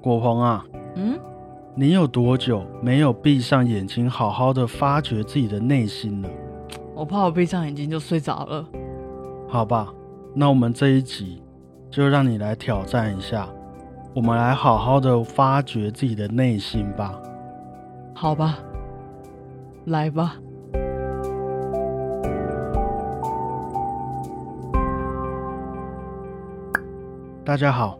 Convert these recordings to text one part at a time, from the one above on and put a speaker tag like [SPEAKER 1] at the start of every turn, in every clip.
[SPEAKER 1] 果鹏啊，
[SPEAKER 2] 嗯，
[SPEAKER 1] 你有多久没有闭上眼睛，好好的发掘自己的内心了？
[SPEAKER 2] 我怕我闭上眼睛就睡着了。
[SPEAKER 1] 好吧，那我们这一集就让你来挑战一下，我们来好好的发掘自己的内心吧。
[SPEAKER 2] 好吧，来吧。
[SPEAKER 1] 大家好，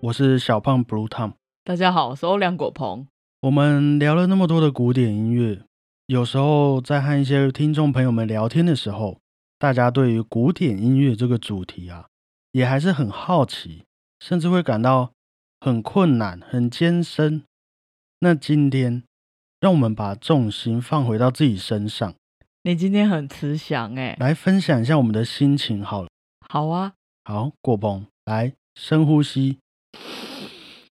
[SPEAKER 1] 我是小胖 Blue Tom。
[SPEAKER 2] 大家好，我是欧良果鹏。
[SPEAKER 1] 我们聊了那么多的古典音乐，有时候在和一些听众朋友们聊天的时候，大家对于古典音乐这个主题啊，也还是很好奇，甚至会感到很困难、很艰深。那今天，让我们把重心放回到自己身上，
[SPEAKER 2] 你今天很慈祥哎、
[SPEAKER 1] 来分享一下我们的心情好了。
[SPEAKER 2] 好啊，
[SPEAKER 1] 好，果鹏，来深呼吸，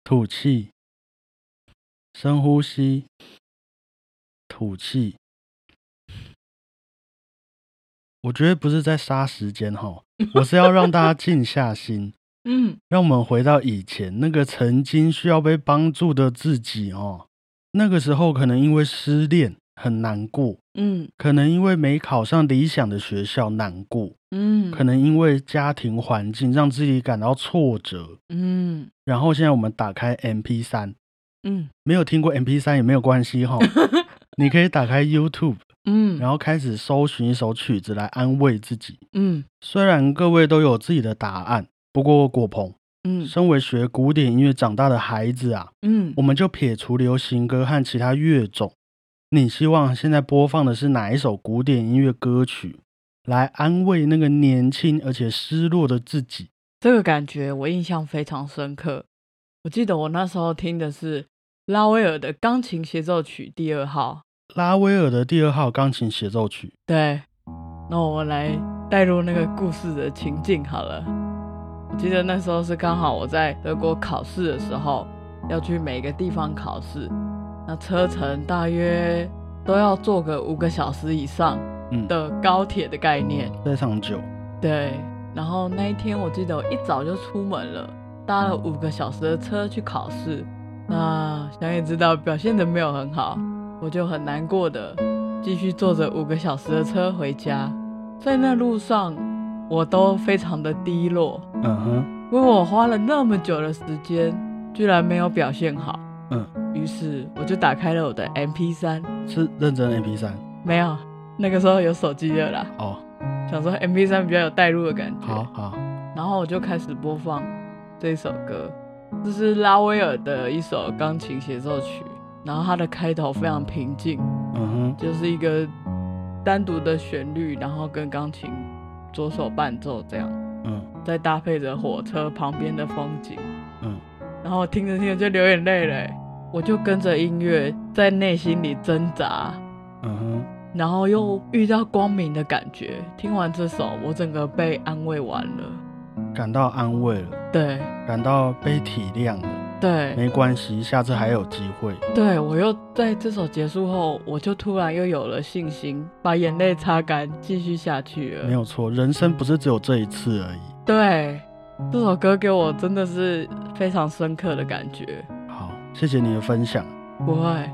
[SPEAKER 1] 吐气，深呼吸，吐气。我觉得不是在杀时间哈，我是要让大家静下心，
[SPEAKER 2] 嗯，
[SPEAKER 1] 让我们回到以前那个曾经需要被帮助的自己哦。那个时候可能因为失恋很难过，
[SPEAKER 2] 嗯
[SPEAKER 1] 可能因为没考上理想的学校难过，
[SPEAKER 2] 嗯，
[SPEAKER 1] 可能因为家庭环境让自己感到挫折，
[SPEAKER 2] 嗯
[SPEAKER 1] 然后现在我们打开 MP 三，
[SPEAKER 2] 嗯
[SPEAKER 1] 没有听过 MP 三也没有关系 哈，你可以打开 YouTube，
[SPEAKER 2] 嗯，
[SPEAKER 1] 然后开始搜寻一首曲子来安慰自己。
[SPEAKER 2] 嗯
[SPEAKER 1] 虽然各位都有自己的答案，不过果鹏，
[SPEAKER 2] 嗯
[SPEAKER 1] 身为学古典音乐长大的孩子啊，
[SPEAKER 2] 嗯
[SPEAKER 1] 我，们就撇除流行歌和其他乐种，你希望现在播放的是哪一首古典音乐歌曲，来安慰那个年轻而且失落的自己？
[SPEAKER 2] 这个感觉我印象非常深刻。我记得我那时候听的是拉威尔的钢琴协奏曲第二号，
[SPEAKER 1] 拉威尔的第二号钢琴协奏曲。
[SPEAKER 2] 对，那我们来带入那个故事的情境好了。我记得那时候是刚好我在德国考试的时候，要去每个地方考试，那车程大约都要坐个五个小时以上
[SPEAKER 1] 嗯，
[SPEAKER 2] 的高铁的概念。
[SPEAKER 1] 非常久。
[SPEAKER 2] 对，然后那一天我记得我一早就出门了，搭了五个小时的车去考试。那想也知道表现的没有很好，我就很难过的继续坐着五个小时的车回家。在那路上，我都非常的低落，
[SPEAKER 1] 嗯哼，
[SPEAKER 2] 因为我花了那么久的时间，居然没有表现好。
[SPEAKER 1] 嗯，
[SPEAKER 2] 于是我就打开了我的 MP 3
[SPEAKER 1] 是认真 MP 三
[SPEAKER 2] 没有，那个时候有手机了啦，
[SPEAKER 1] 哦。
[SPEAKER 2] 想说 MP 3比较有代入的感觉。
[SPEAKER 1] 好好，
[SPEAKER 2] 然后我就开始播放这首歌，这是拉威尔的一首钢琴协奏曲。然后它的开头非常平静，
[SPEAKER 1] 嗯哼，
[SPEAKER 2] 就是一个单独的旋律，然后跟钢琴左手伴奏这样，
[SPEAKER 1] 嗯
[SPEAKER 2] 再搭配着火车旁边的风景。
[SPEAKER 1] 嗯，
[SPEAKER 2] 然后我听着听着就流眼泪了欸，我就跟着音乐在内心里挣扎，
[SPEAKER 1] 嗯哼，
[SPEAKER 2] 然后又遇到光明的感觉。听完这首，我整个被安慰完了。
[SPEAKER 1] 感到安慰了，
[SPEAKER 2] 对
[SPEAKER 1] 感到被体谅了。
[SPEAKER 2] 对，
[SPEAKER 1] 没关系，下次还有机会。
[SPEAKER 2] 对我又在这首结束后，我就突然又有了信心，把眼泪擦干，继续下去了。
[SPEAKER 1] 没有错，人生不是只有这一次而已。
[SPEAKER 2] 对，这首歌给我真的是非常深刻的感觉。
[SPEAKER 1] 好，谢谢你的分享。
[SPEAKER 2] 不会，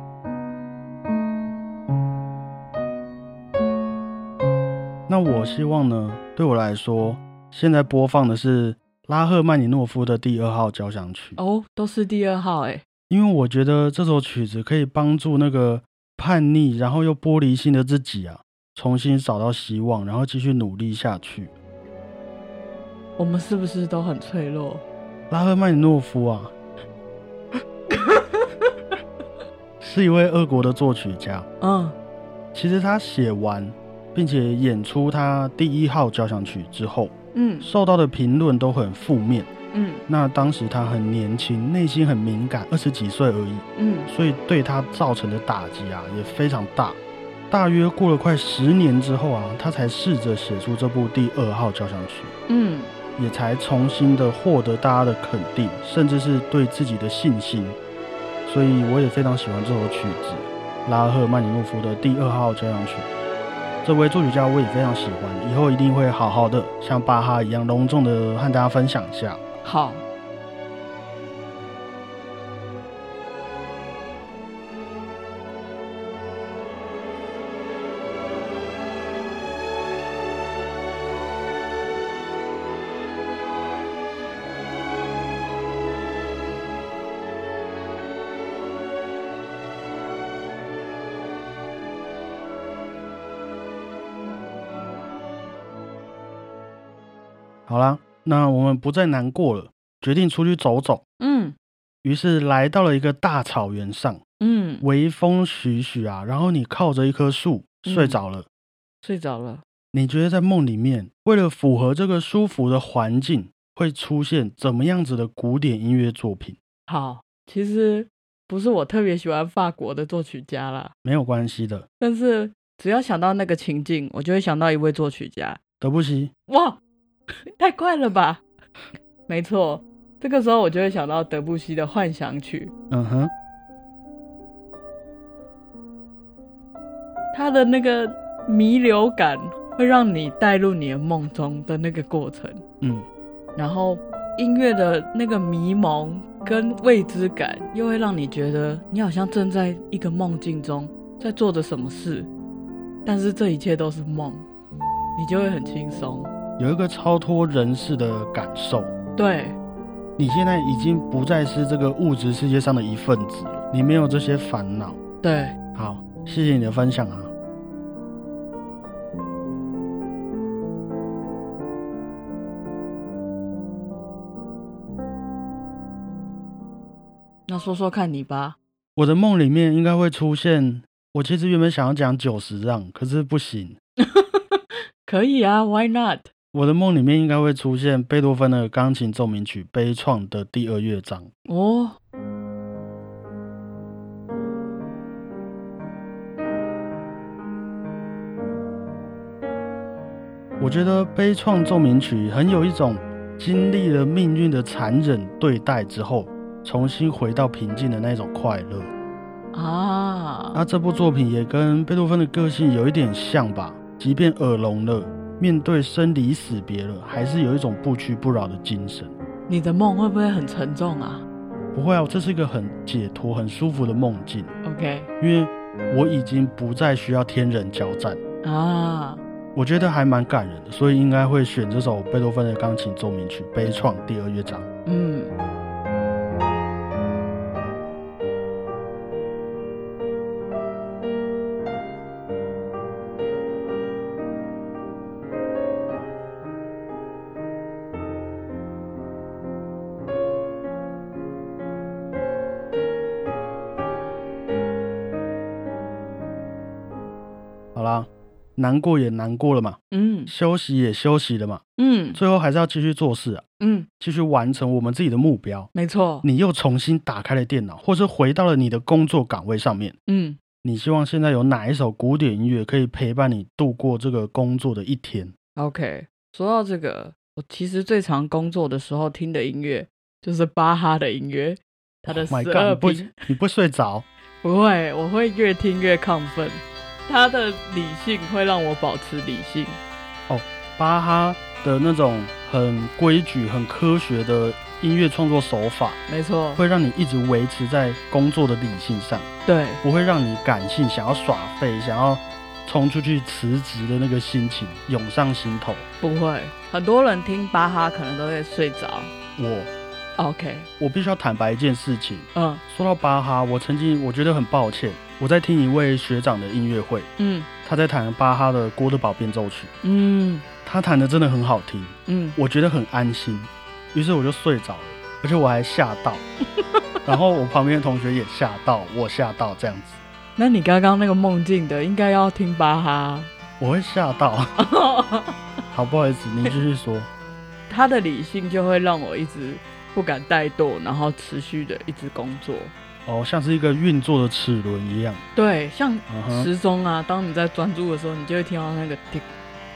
[SPEAKER 1] 那我希望呢，对我来说，现在播放的是拉赫曼尼诺夫的第二号交响曲，
[SPEAKER 2] 哦，都是第二号哎，
[SPEAKER 1] 因为我觉得这首曲子可以帮助那个叛逆然后又玻璃心的自己啊，重新找到希望，然后继续努力下去。
[SPEAKER 2] 我们是不是都很脆弱？
[SPEAKER 1] 拉赫曼尼诺夫啊， 是一位俄国的作曲家。
[SPEAKER 2] 嗯
[SPEAKER 1] 其实他写完并且演出他第一号交响曲之后，
[SPEAKER 2] 嗯
[SPEAKER 1] 受到的评论都很负面。
[SPEAKER 2] 嗯
[SPEAKER 1] 那当时他很年轻，内心很敏感，二十几岁而已，
[SPEAKER 2] 嗯，
[SPEAKER 1] 所以对他造成的打击啊也非常大。大约过了快十年之后啊，他才试着写出这部第二号交响曲，
[SPEAKER 2] 嗯
[SPEAKER 1] 也才重新的获得大家的肯定，甚至是对自己的信心。所以我也非常喜欢这首曲子，拉赫曼尼诺夫的第二号交响曲。这位作曲家我也非常喜欢，以后一定会好好的像巴哈一样隆重的和大家分享一下。
[SPEAKER 2] 好。
[SPEAKER 1] 好啦，那我们不再难过了，决定出去走走。
[SPEAKER 2] 嗯
[SPEAKER 1] 于是来到了一个大草原上，
[SPEAKER 2] 嗯，
[SPEAKER 1] 微风徐徐啊，然后你靠着一棵树睡
[SPEAKER 2] 嗯
[SPEAKER 1] 着了。
[SPEAKER 2] 睡着了。
[SPEAKER 1] 你觉得在梦里面，为了符合这个舒服的环境，会出现怎么样子的古典音乐作品？
[SPEAKER 2] 好，其实不是我特别喜欢法国的作曲家啦，
[SPEAKER 1] 没有关系的，
[SPEAKER 2] 但是只要想到那个情境，我就会想到一位作曲家。
[SPEAKER 1] 德布西。
[SPEAKER 2] 哇， 太快了吧！没错，这个时候我就会想到德布西的《幻想曲》。
[SPEAKER 1] 嗯哼，
[SPEAKER 2] 它的那个弥留感会让你带入你的梦中的那个过程，
[SPEAKER 1] 嗯，
[SPEAKER 2] 然后音乐的那个迷蒙跟未知感，又会让你觉得你好像正在一个梦境中，在做着什么事，但是这一切都是梦，你就会很轻松。
[SPEAKER 1] 有一个超脱人世的感受。
[SPEAKER 2] 对，
[SPEAKER 1] 你现在已经不再是这个物质世界上的一份子了，你没有这些烦恼。
[SPEAKER 2] 对，
[SPEAKER 1] 好，谢谢你的分享啊。
[SPEAKER 2] 那说说看你吧。
[SPEAKER 1] 我的梦里面应该会出现，我其实原本想要讲九十让，可是不行。
[SPEAKER 2] 可以啊，Why not？
[SPEAKER 1] 我的梦里面应该会出现贝多芬的钢琴奏鸣曲《悲怆》的第二乐章。
[SPEAKER 2] 哦，
[SPEAKER 1] 我觉得《悲怆奏鸣曲》很有一种经历了命运的残忍对待之后，重新回到平静的那种快乐。那
[SPEAKER 2] 啊，
[SPEAKER 1] 这部作品也跟贝多芬的个性有一点像吧，即便耳聋了，面对生离死别了，还是有一种不屈不挠的精神。
[SPEAKER 2] 你的梦会不会很沉重啊
[SPEAKER 1] 不会啊，这是一个很解脱、很舒服的梦境，
[SPEAKER 2] ？OK，
[SPEAKER 1] 因为我已经不再需要天人交战，
[SPEAKER 2] 啊，
[SPEAKER 1] 我觉得还蛮感人的，所以应该会选这首贝多芬的钢琴奏鸣曲《悲怆》第二乐章。
[SPEAKER 2] 嗯。
[SPEAKER 1] 好啦，难过也难过了嘛，
[SPEAKER 2] 嗯
[SPEAKER 1] 休息也休息了嘛，
[SPEAKER 2] 嗯
[SPEAKER 1] 最后还是要继续做事啊，
[SPEAKER 2] 嗯，
[SPEAKER 1] 继续完成我们自己的目标。
[SPEAKER 2] 没错。
[SPEAKER 1] 你又重新打开了电脑，或是回到了你的工作岗位上面。
[SPEAKER 2] 嗯，
[SPEAKER 1] 你希望现在有哪一首古典音乐可以陪伴你度过这个工作的一天？
[SPEAKER 2] OK，说到这个，我其实最常工作的时候听的音乐就是巴哈的音乐，他的
[SPEAKER 1] Oh my
[SPEAKER 2] 十
[SPEAKER 1] God，
[SPEAKER 2] 二
[SPEAKER 1] 你不
[SPEAKER 2] 品。
[SPEAKER 1] 你不睡着？
[SPEAKER 2] 不会，我会越听越亢奋。他的理性会让我保持理性。
[SPEAKER 1] 巴哈的那种很规矩、很科学的音乐创作手法，
[SPEAKER 2] 没错，
[SPEAKER 1] 会让你一直维持在工作的理性上，
[SPEAKER 2] 对，
[SPEAKER 1] 不会让你感性想要耍废、想要冲出去辞职的那个心情涌上心头。
[SPEAKER 2] 不会。很多人听巴哈可能都会睡着。
[SPEAKER 1] 我
[SPEAKER 2] OK，
[SPEAKER 1] 我必须要坦白一件事情，
[SPEAKER 2] 嗯
[SPEAKER 1] 说到巴哈，我曾经我觉得很抱歉，我在听一位学长的音乐会，
[SPEAKER 2] 嗯
[SPEAKER 1] 他在弹巴哈的《郭德堡变奏曲》，
[SPEAKER 2] 嗯
[SPEAKER 1] 他弹的真的很好听，
[SPEAKER 2] 嗯，
[SPEAKER 1] 我觉得很安心，于是我就睡着了，而且我还吓到，然后我旁边的同学也吓到，我吓到这样子，
[SPEAKER 2] 那你刚刚那个梦境的应该要听巴哈。
[SPEAKER 1] 我会吓到。 好，不好意思，您继续说。
[SPEAKER 2] 他的理性就会让我一直不敢怠惰，然后持续的一直工作。
[SPEAKER 1] 哦，像是一个运作的齿轮一样。
[SPEAKER 2] 对，像
[SPEAKER 1] 嗯哼
[SPEAKER 2] 时钟啊，当你在专注的时候，你就会听到那个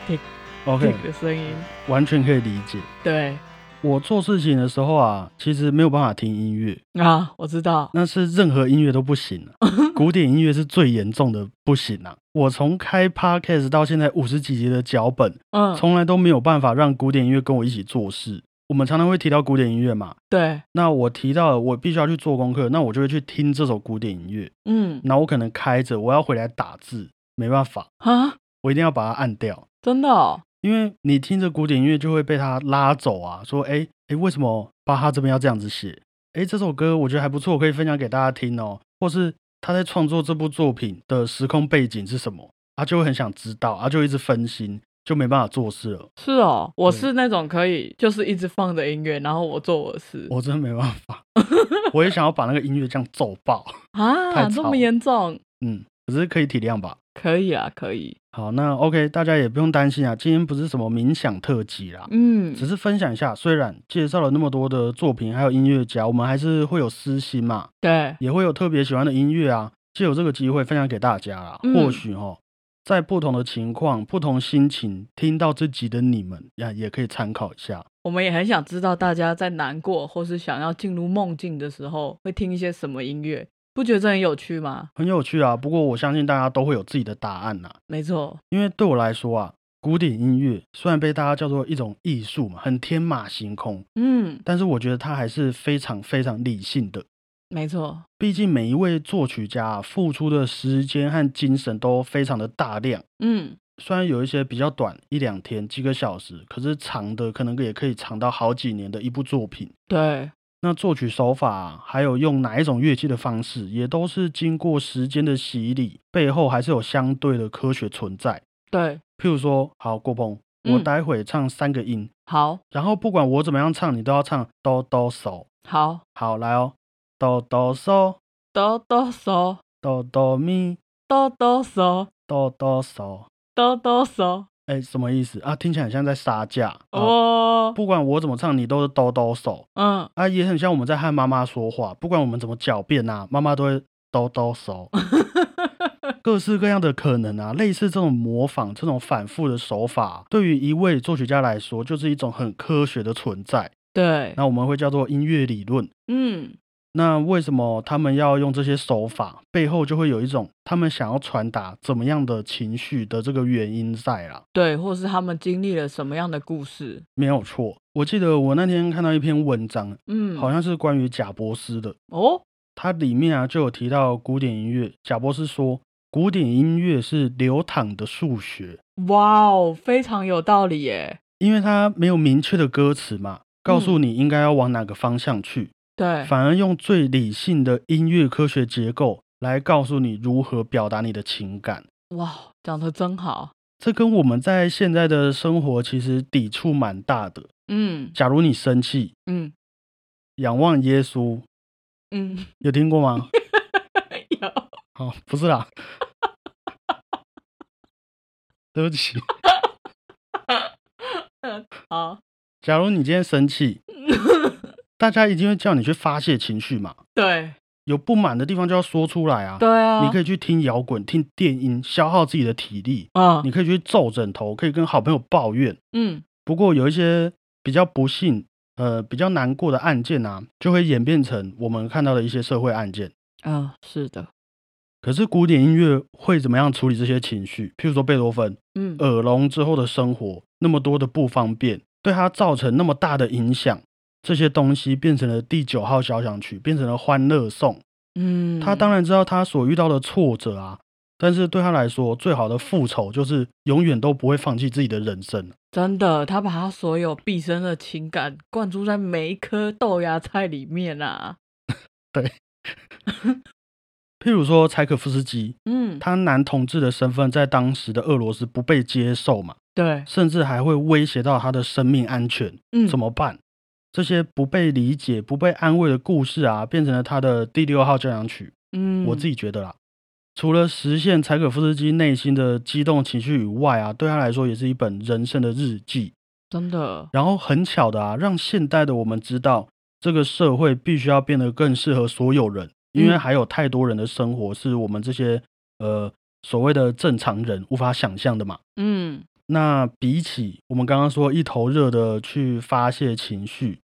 [SPEAKER 2] tick
[SPEAKER 1] ，OK，
[SPEAKER 2] tick 的声音。
[SPEAKER 1] 完全可以理解。
[SPEAKER 2] 对
[SPEAKER 1] 我做事情的时候啊，其实没有办法听音乐，
[SPEAKER 2] 啊，我知道。
[SPEAKER 1] 那是任何音乐都不行、啊，古典音乐是最严重的不行啊！我从开 podcast 到现在五十几集的脚本，
[SPEAKER 2] 嗯，
[SPEAKER 1] 从来都没有办法让古典音乐跟我一起做事。我们常常会提到古典音乐嘛，
[SPEAKER 2] 对，
[SPEAKER 1] 那我提到了我必须要去做功课，那我就会去听这首古典音乐。
[SPEAKER 2] 嗯
[SPEAKER 1] 那我可能开着，我要回来打字，没办法，
[SPEAKER 2] 啊，
[SPEAKER 1] 我一定要把它按掉，
[SPEAKER 2] 真的、哦，
[SPEAKER 1] 因为你听着古典音乐就会被它拉走啊。说，哎哎，为什么巴哈这边要这样子写？哎，这首歌我觉得还不错，可以分享给大家听哦。或是他在创作这部作品的时空背景是什么，他就会很想知道，他就一直分心，就没办法做事了。
[SPEAKER 2] 是哦，我
[SPEAKER 1] 对
[SPEAKER 2] 是那种可以就是一直放着音乐，然后我做我的事
[SPEAKER 1] 我真的没办法， 我也想要把那个音乐这样揍爆。
[SPEAKER 2] 啊，
[SPEAKER 1] 太
[SPEAKER 2] 这
[SPEAKER 1] 吵
[SPEAKER 2] 么严重？
[SPEAKER 1] 嗯，可是可以体谅吧。
[SPEAKER 2] 可以啊，可以，
[SPEAKER 1] 好，那 OK，大家也不用担心啊，今天不是什么冥想特辑啦，
[SPEAKER 2] 嗯，
[SPEAKER 1] 只是分享一下。虽然介绍了那么多的作品，还有音乐家，我们还是会有私心嘛，
[SPEAKER 2] 对，
[SPEAKER 1] 也会有特别喜欢的音乐啊，借有这个机会分享给大家啦。
[SPEAKER 2] 嗯
[SPEAKER 1] 或许哦，在不同的情况、不同心情，听到这集的你们呀，也可以参考一下。
[SPEAKER 2] 我们也很想知道大家在难过或是想要进入梦境的时候，会听一些什么音乐，不觉得这很有趣吗？
[SPEAKER 1] 很有趣啊，不过我相信大家都会有自己的答案呐、
[SPEAKER 2] 没错，
[SPEAKER 1] 因为对我来说啊，古典音乐虽然被大家叫做一种艺术嘛，很天马行空，
[SPEAKER 2] 嗯，
[SPEAKER 1] 但是我觉得它还是非常非常理性的。
[SPEAKER 2] 没错，
[SPEAKER 1] 毕竟每一位作曲家、啊、付出的时间和精神都非常的大量，
[SPEAKER 2] 嗯，
[SPEAKER 1] 虽然有一些比较短，一两天、几个小时，可是长的可能也可以长到好几年的一部作品。
[SPEAKER 2] 对，
[SPEAKER 1] 那作曲手法、啊，还有用哪一种乐器的方式，也都是经过时间的洗礼，背后还是有相对的科学存在。
[SPEAKER 2] 对，
[SPEAKER 1] 譬如说，好郭鹏，
[SPEAKER 2] 嗯
[SPEAKER 1] 我待会唱三个音，
[SPEAKER 2] 好，
[SPEAKER 1] 然后不管我怎么样唱，你都要唱哆哆嗦。
[SPEAKER 2] 好，
[SPEAKER 1] 好，来哦，哆哆嗦，
[SPEAKER 2] 哆哆嗦，
[SPEAKER 1] 哆哆咪，
[SPEAKER 2] 哆哆嗦，
[SPEAKER 1] 哆哆嗦。
[SPEAKER 2] 哆哆嗦，
[SPEAKER 1] 哎，什么意思啊？听起来很像在杀价哦。
[SPEAKER 2] 哦，
[SPEAKER 1] 不管我怎么唱，你都是哆哆嗦
[SPEAKER 2] 嗯，
[SPEAKER 1] 啊，也很像我们在和妈妈说话。不管我们怎么狡辩啊，妈妈都会哆哆嗦。各式各样的可能啊，类似这种模仿、这种反复的手法，对于一位作曲家来说，就是一种很科学的存在。
[SPEAKER 2] 对，
[SPEAKER 1] 那我们会叫做音乐理论。
[SPEAKER 2] 嗯，
[SPEAKER 1] 那为什么他们要用这些手法？背后就会有一种他们想要传达怎么样的情绪的这个原因在啦。
[SPEAKER 2] 对，或是他们经历了什么样的故事？
[SPEAKER 1] 没有错，我记得我那天看到一篇文章，
[SPEAKER 2] 嗯，
[SPEAKER 1] 好像是关于贾伯斯的，
[SPEAKER 2] 哦，
[SPEAKER 1] 它里面啊就有提到古典音乐。贾伯斯说，古典音乐是流淌的数学，
[SPEAKER 2] 哇哦，非常有道理耶。
[SPEAKER 1] 因为它没有明确的歌词嘛，告诉你应该要往哪个方向去，
[SPEAKER 2] 对，
[SPEAKER 1] 反而用最理性的音乐科学结构来告诉你如何表达你的情感。
[SPEAKER 2] 哇，哦讲的真好。
[SPEAKER 1] 这跟我们在现在的生活其实抵触蛮大的。
[SPEAKER 2] 嗯
[SPEAKER 1] 假如你生气，
[SPEAKER 2] 嗯
[SPEAKER 1] 仰望耶稣，
[SPEAKER 2] 嗯，
[SPEAKER 1] 有听过吗？
[SPEAKER 2] 有
[SPEAKER 1] 好，不是 啦，对不起。
[SPEAKER 2] 好，
[SPEAKER 1] 假如你今天生 气，大家一定会叫你去发泄情绪嘛，
[SPEAKER 2] 对
[SPEAKER 1] 有不满的地方就要说出来啊。
[SPEAKER 2] 对啊，
[SPEAKER 1] 你可
[SPEAKER 2] 以
[SPEAKER 1] 以去听摇滚、听电音，消耗自己的体力；
[SPEAKER 2] 啊
[SPEAKER 1] 你，可以去皱枕头，可以跟好朋友抱怨。
[SPEAKER 2] 嗯，
[SPEAKER 1] 不过有一些比较不幸、呃比较难过的案件啊，就会演变成我们看到的一些社会案件。
[SPEAKER 2] 啊，是的，
[SPEAKER 1] 可是古典音乐会怎么样处理这些情绪？譬如说贝多芬，
[SPEAKER 2] 嗯，
[SPEAKER 1] 耳聋之后的生活那么多的不方便，对他造成那么大的影响，这些东西变成了第九号交响曲，变成了欢乐颂。
[SPEAKER 2] 嗯，
[SPEAKER 1] 他当然知道他所遇到的挫折啊，但是对他来说，最好的复仇就是永远都不会放弃自己的人生。
[SPEAKER 2] 真的，他把他所有毕生的情感灌注在每一颗豆芽菜里面啊。
[SPEAKER 1] 譬如说柴可夫斯基，
[SPEAKER 2] 嗯，
[SPEAKER 1] 他男同志的身份在当时的俄罗斯不被接受嘛，
[SPEAKER 2] 对，
[SPEAKER 1] 甚至还会威胁到他的生命安全。
[SPEAKER 2] 嗯，
[SPEAKER 1] 怎么办？这些不被理解、不被安慰的故事啊，变成了他的第六号交响曲。
[SPEAKER 2] 嗯，
[SPEAKER 1] 我自己觉得啦，除了实现柴可夫斯基内心的激动情绪以外啊，对他来说也是一本人生的日记。
[SPEAKER 2] 真的，
[SPEAKER 1] 然后很巧的啊，让现代的我们知道，这个社会必须要变得更适合所有人，因为
[SPEAKER 2] 嗯
[SPEAKER 1] 还有太多人的生活是我们这些呃所谓的正常人无法想象的嘛。
[SPEAKER 2] 嗯，
[SPEAKER 1] 那比起我们刚刚说一头热的去发泄情绪，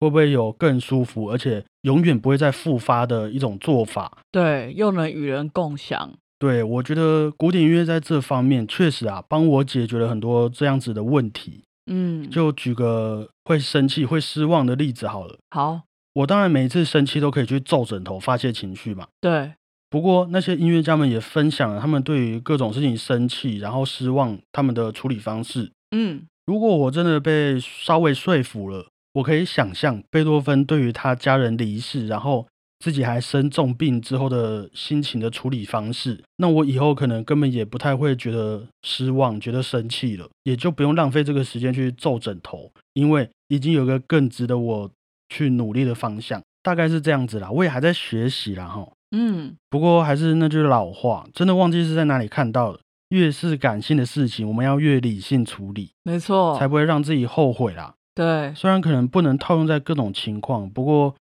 [SPEAKER 1] 会不会有更舒服而且永远不会再复发的一种做法？
[SPEAKER 2] 对，又能与人共享。
[SPEAKER 1] 对我觉得古典音乐在这方面确实啊，帮我解决了很多这样子的问题。
[SPEAKER 2] 嗯，
[SPEAKER 1] 就举个会生气、会失望的例子好了。
[SPEAKER 2] 好，
[SPEAKER 1] 我当然每一次生气都可以去皱枕头发泄情绪嘛。
[SPEAKER 2] 对，
[SPEAKER 1] 不过那些音乐家们也分享了他们对于各种事情生气然后失望他们的处理方式。
[SPEAKER 2] 嗯，
[SPEAKER 1] 如果我真的被稍微说服了，我可以想象贝多芬对于他家人离世，然后自己还生重病之后的心情的处理方式，那我以后可能根本也不太会觉得失望、觉得生气了，也就不用浪费这个时间去皱枕头，因为已经有个更值得我去努力的方向，大概是这样子啦。我也还在学习啦，哈。
[SPEAKER 2] 嗯，
[SPEAKER 1] 不过还是那句老话，真的忘记是在哪里看到的。越是感性的事情，我们要越理性处理，
[SPEAKER 2] 没错
[SPEAKER 1] 才，不会让自己后悔啦。
[SPEAKER 2] 对，
[SPEAKER 1] 虽然可能不能套用在各种情况，不过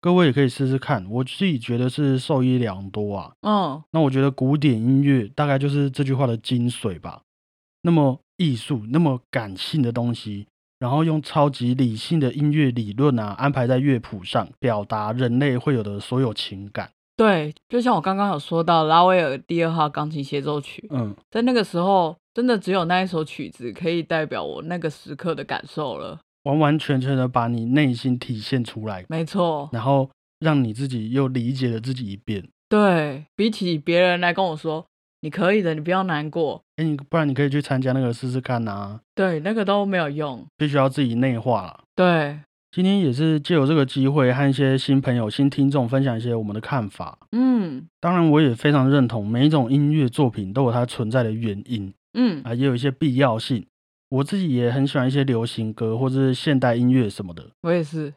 [SPEAKER 1] 各位也可以试试看。我自己觉得是受益良多啊。
[SPEAKER 2] 嗯，
[SPEAKER 1] 那我觉得古典音乐大概就是这句话的精髓吧。那么艺术，那么感性的东西，然后用超级理性的音乐理论啊，安排在乐谱上，表达人类会有的所有情感。
[SPEAKER 2] 对，就像我刚刚有说到拉威尔第二号钢琴协奏曲，
[SPEAKER 1] 嗯，
[SPEAKER 2] 在那个时候，真的只有那一首曲子可以代表我那个时刻的感受了。
[SPEAKER 1] 完完全全的把你内心体现出来，
[SPEAKER 2] 没错，
[SPEAKER 1] 然后让你自己又理解了自己一遍。
[SPEAKER 2] 对比起别人来跟我说你可以的，你不要难过，
[SPEAKER 1] 哎，你不然你可以去参加那个试试看啊，
[SPEAKER 2] 对，那个都没有用。
[SPEAKER 1] 必须要自己内化啦。
[SPEAKER 2] 对，
[SPEAKER 1] 今天也是借由这个机会和一些新朋友、新听众分享一些我们的看法。
[SPEAKER 2] 嗯
[SPEAKER 1] 当然，我也非常认同每一种音乐作品都有它存在的原因
[SPEAKER 2] 嗯
[SPEAKER 1] 啊，也有一些必要性。我自己也很喜欢一些流行歌或者是现代音乐什么的。
[SPEAKER 2] 我也是，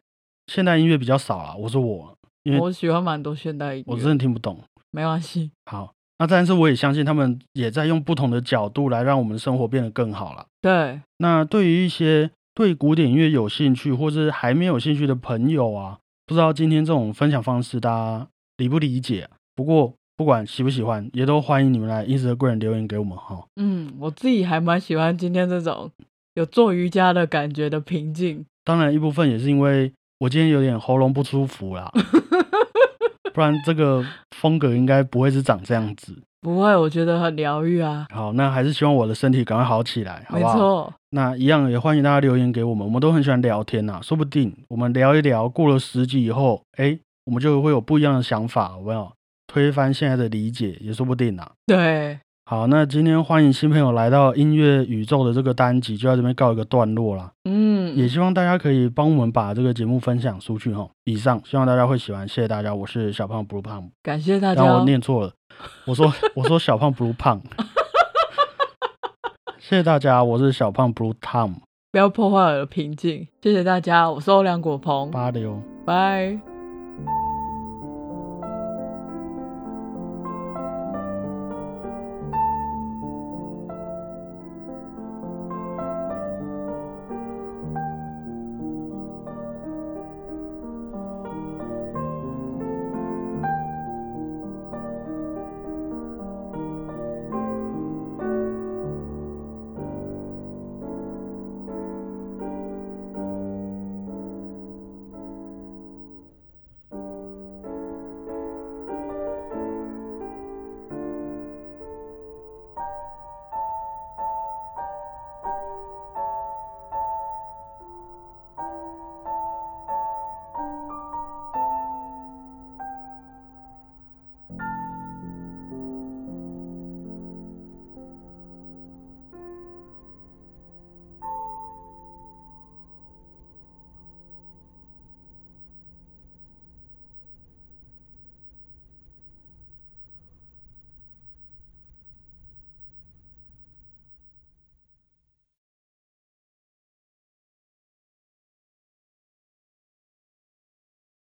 [SPEAKER 1] 现代音乐比较少啦，我说我因为
[SPEAKER 2] 我喜欢蛮多现代音
[SPEAKER 1] 我
[SPEAKER 2] 乐，
[SPEAKER 1] 真的听不懂。
[SPEAKER 2] 没关系。
[SPEAKER 1] 好，那但是我也相信他们也在用不同的角度来让我们生活变得更好啦。
[SPEAKER 2] 对，
[SPEAKER 1] 那对于一些对古典音乐有兴趣或是还没有兴趣的朋友啊，不知道今天这种分享方式大家理不理解啊？不过不管喜不喜欢，也都欢迎你们来 Instagram 留言给我们哈。
[SPEAKER 2] 嗯，我自己还蛮喜欢今天这种有做瑜伽的感觉的平静。
[SPEAKER 1] 当然，一部分也是因为我今天有点喉咙不舒服 啦，不然这个风格应该不会是长这样子。
[SPEAKER 2] 不会，我觉得很疗愈啊。
[SPEAKER 1] 好，那还是希望我的身体赶快好起来，好
[SPEAKER 2] 没
[SPEAKER 1] 不好？
[SPEAKER 2] 错，
[SPEAKER 1] 那一样也欢迎大家留言给我们，我们都很喜欢聊天呐、说不定我们聊一聊，过了十集以后，哎，我们就会有不一样的想法，有没有？推翻现在的理解也说不定呐、
[SPEAKER 2] 对，
[SPEAKER 1] 好，那今天欢迎新朋友来到音乐宇宙的这个单集，就在这边告一个段落啦。
[SPEAKER 2] 嗯，
[SPEAKER 1] 也希望大家可以帮我们把这个节目分享出去哈。以上，希望大家会喜欢，谢谢大家。我是小胖不如胖，
[SPEAKER 2] 感谢大家
[SPEAKER 1] 然后我
[SPEAKER 2] 哦。
[SPEAKER 1] 念错了，我说我说小胖不如胖，谢谢大家，我是小胖不如 Tom
[SPEAKER 2] 不要破坏我的平静。谢谢大家，我是欧良果鹏，
[SPEAKER 1] 八六。
[SPEAKER 2] 拜。